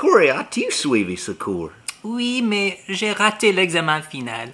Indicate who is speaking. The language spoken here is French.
Speaker 1: Corey, as-tu suivi ce cours?
Speaker 2: Oui, mais j'ai raté l'examen final.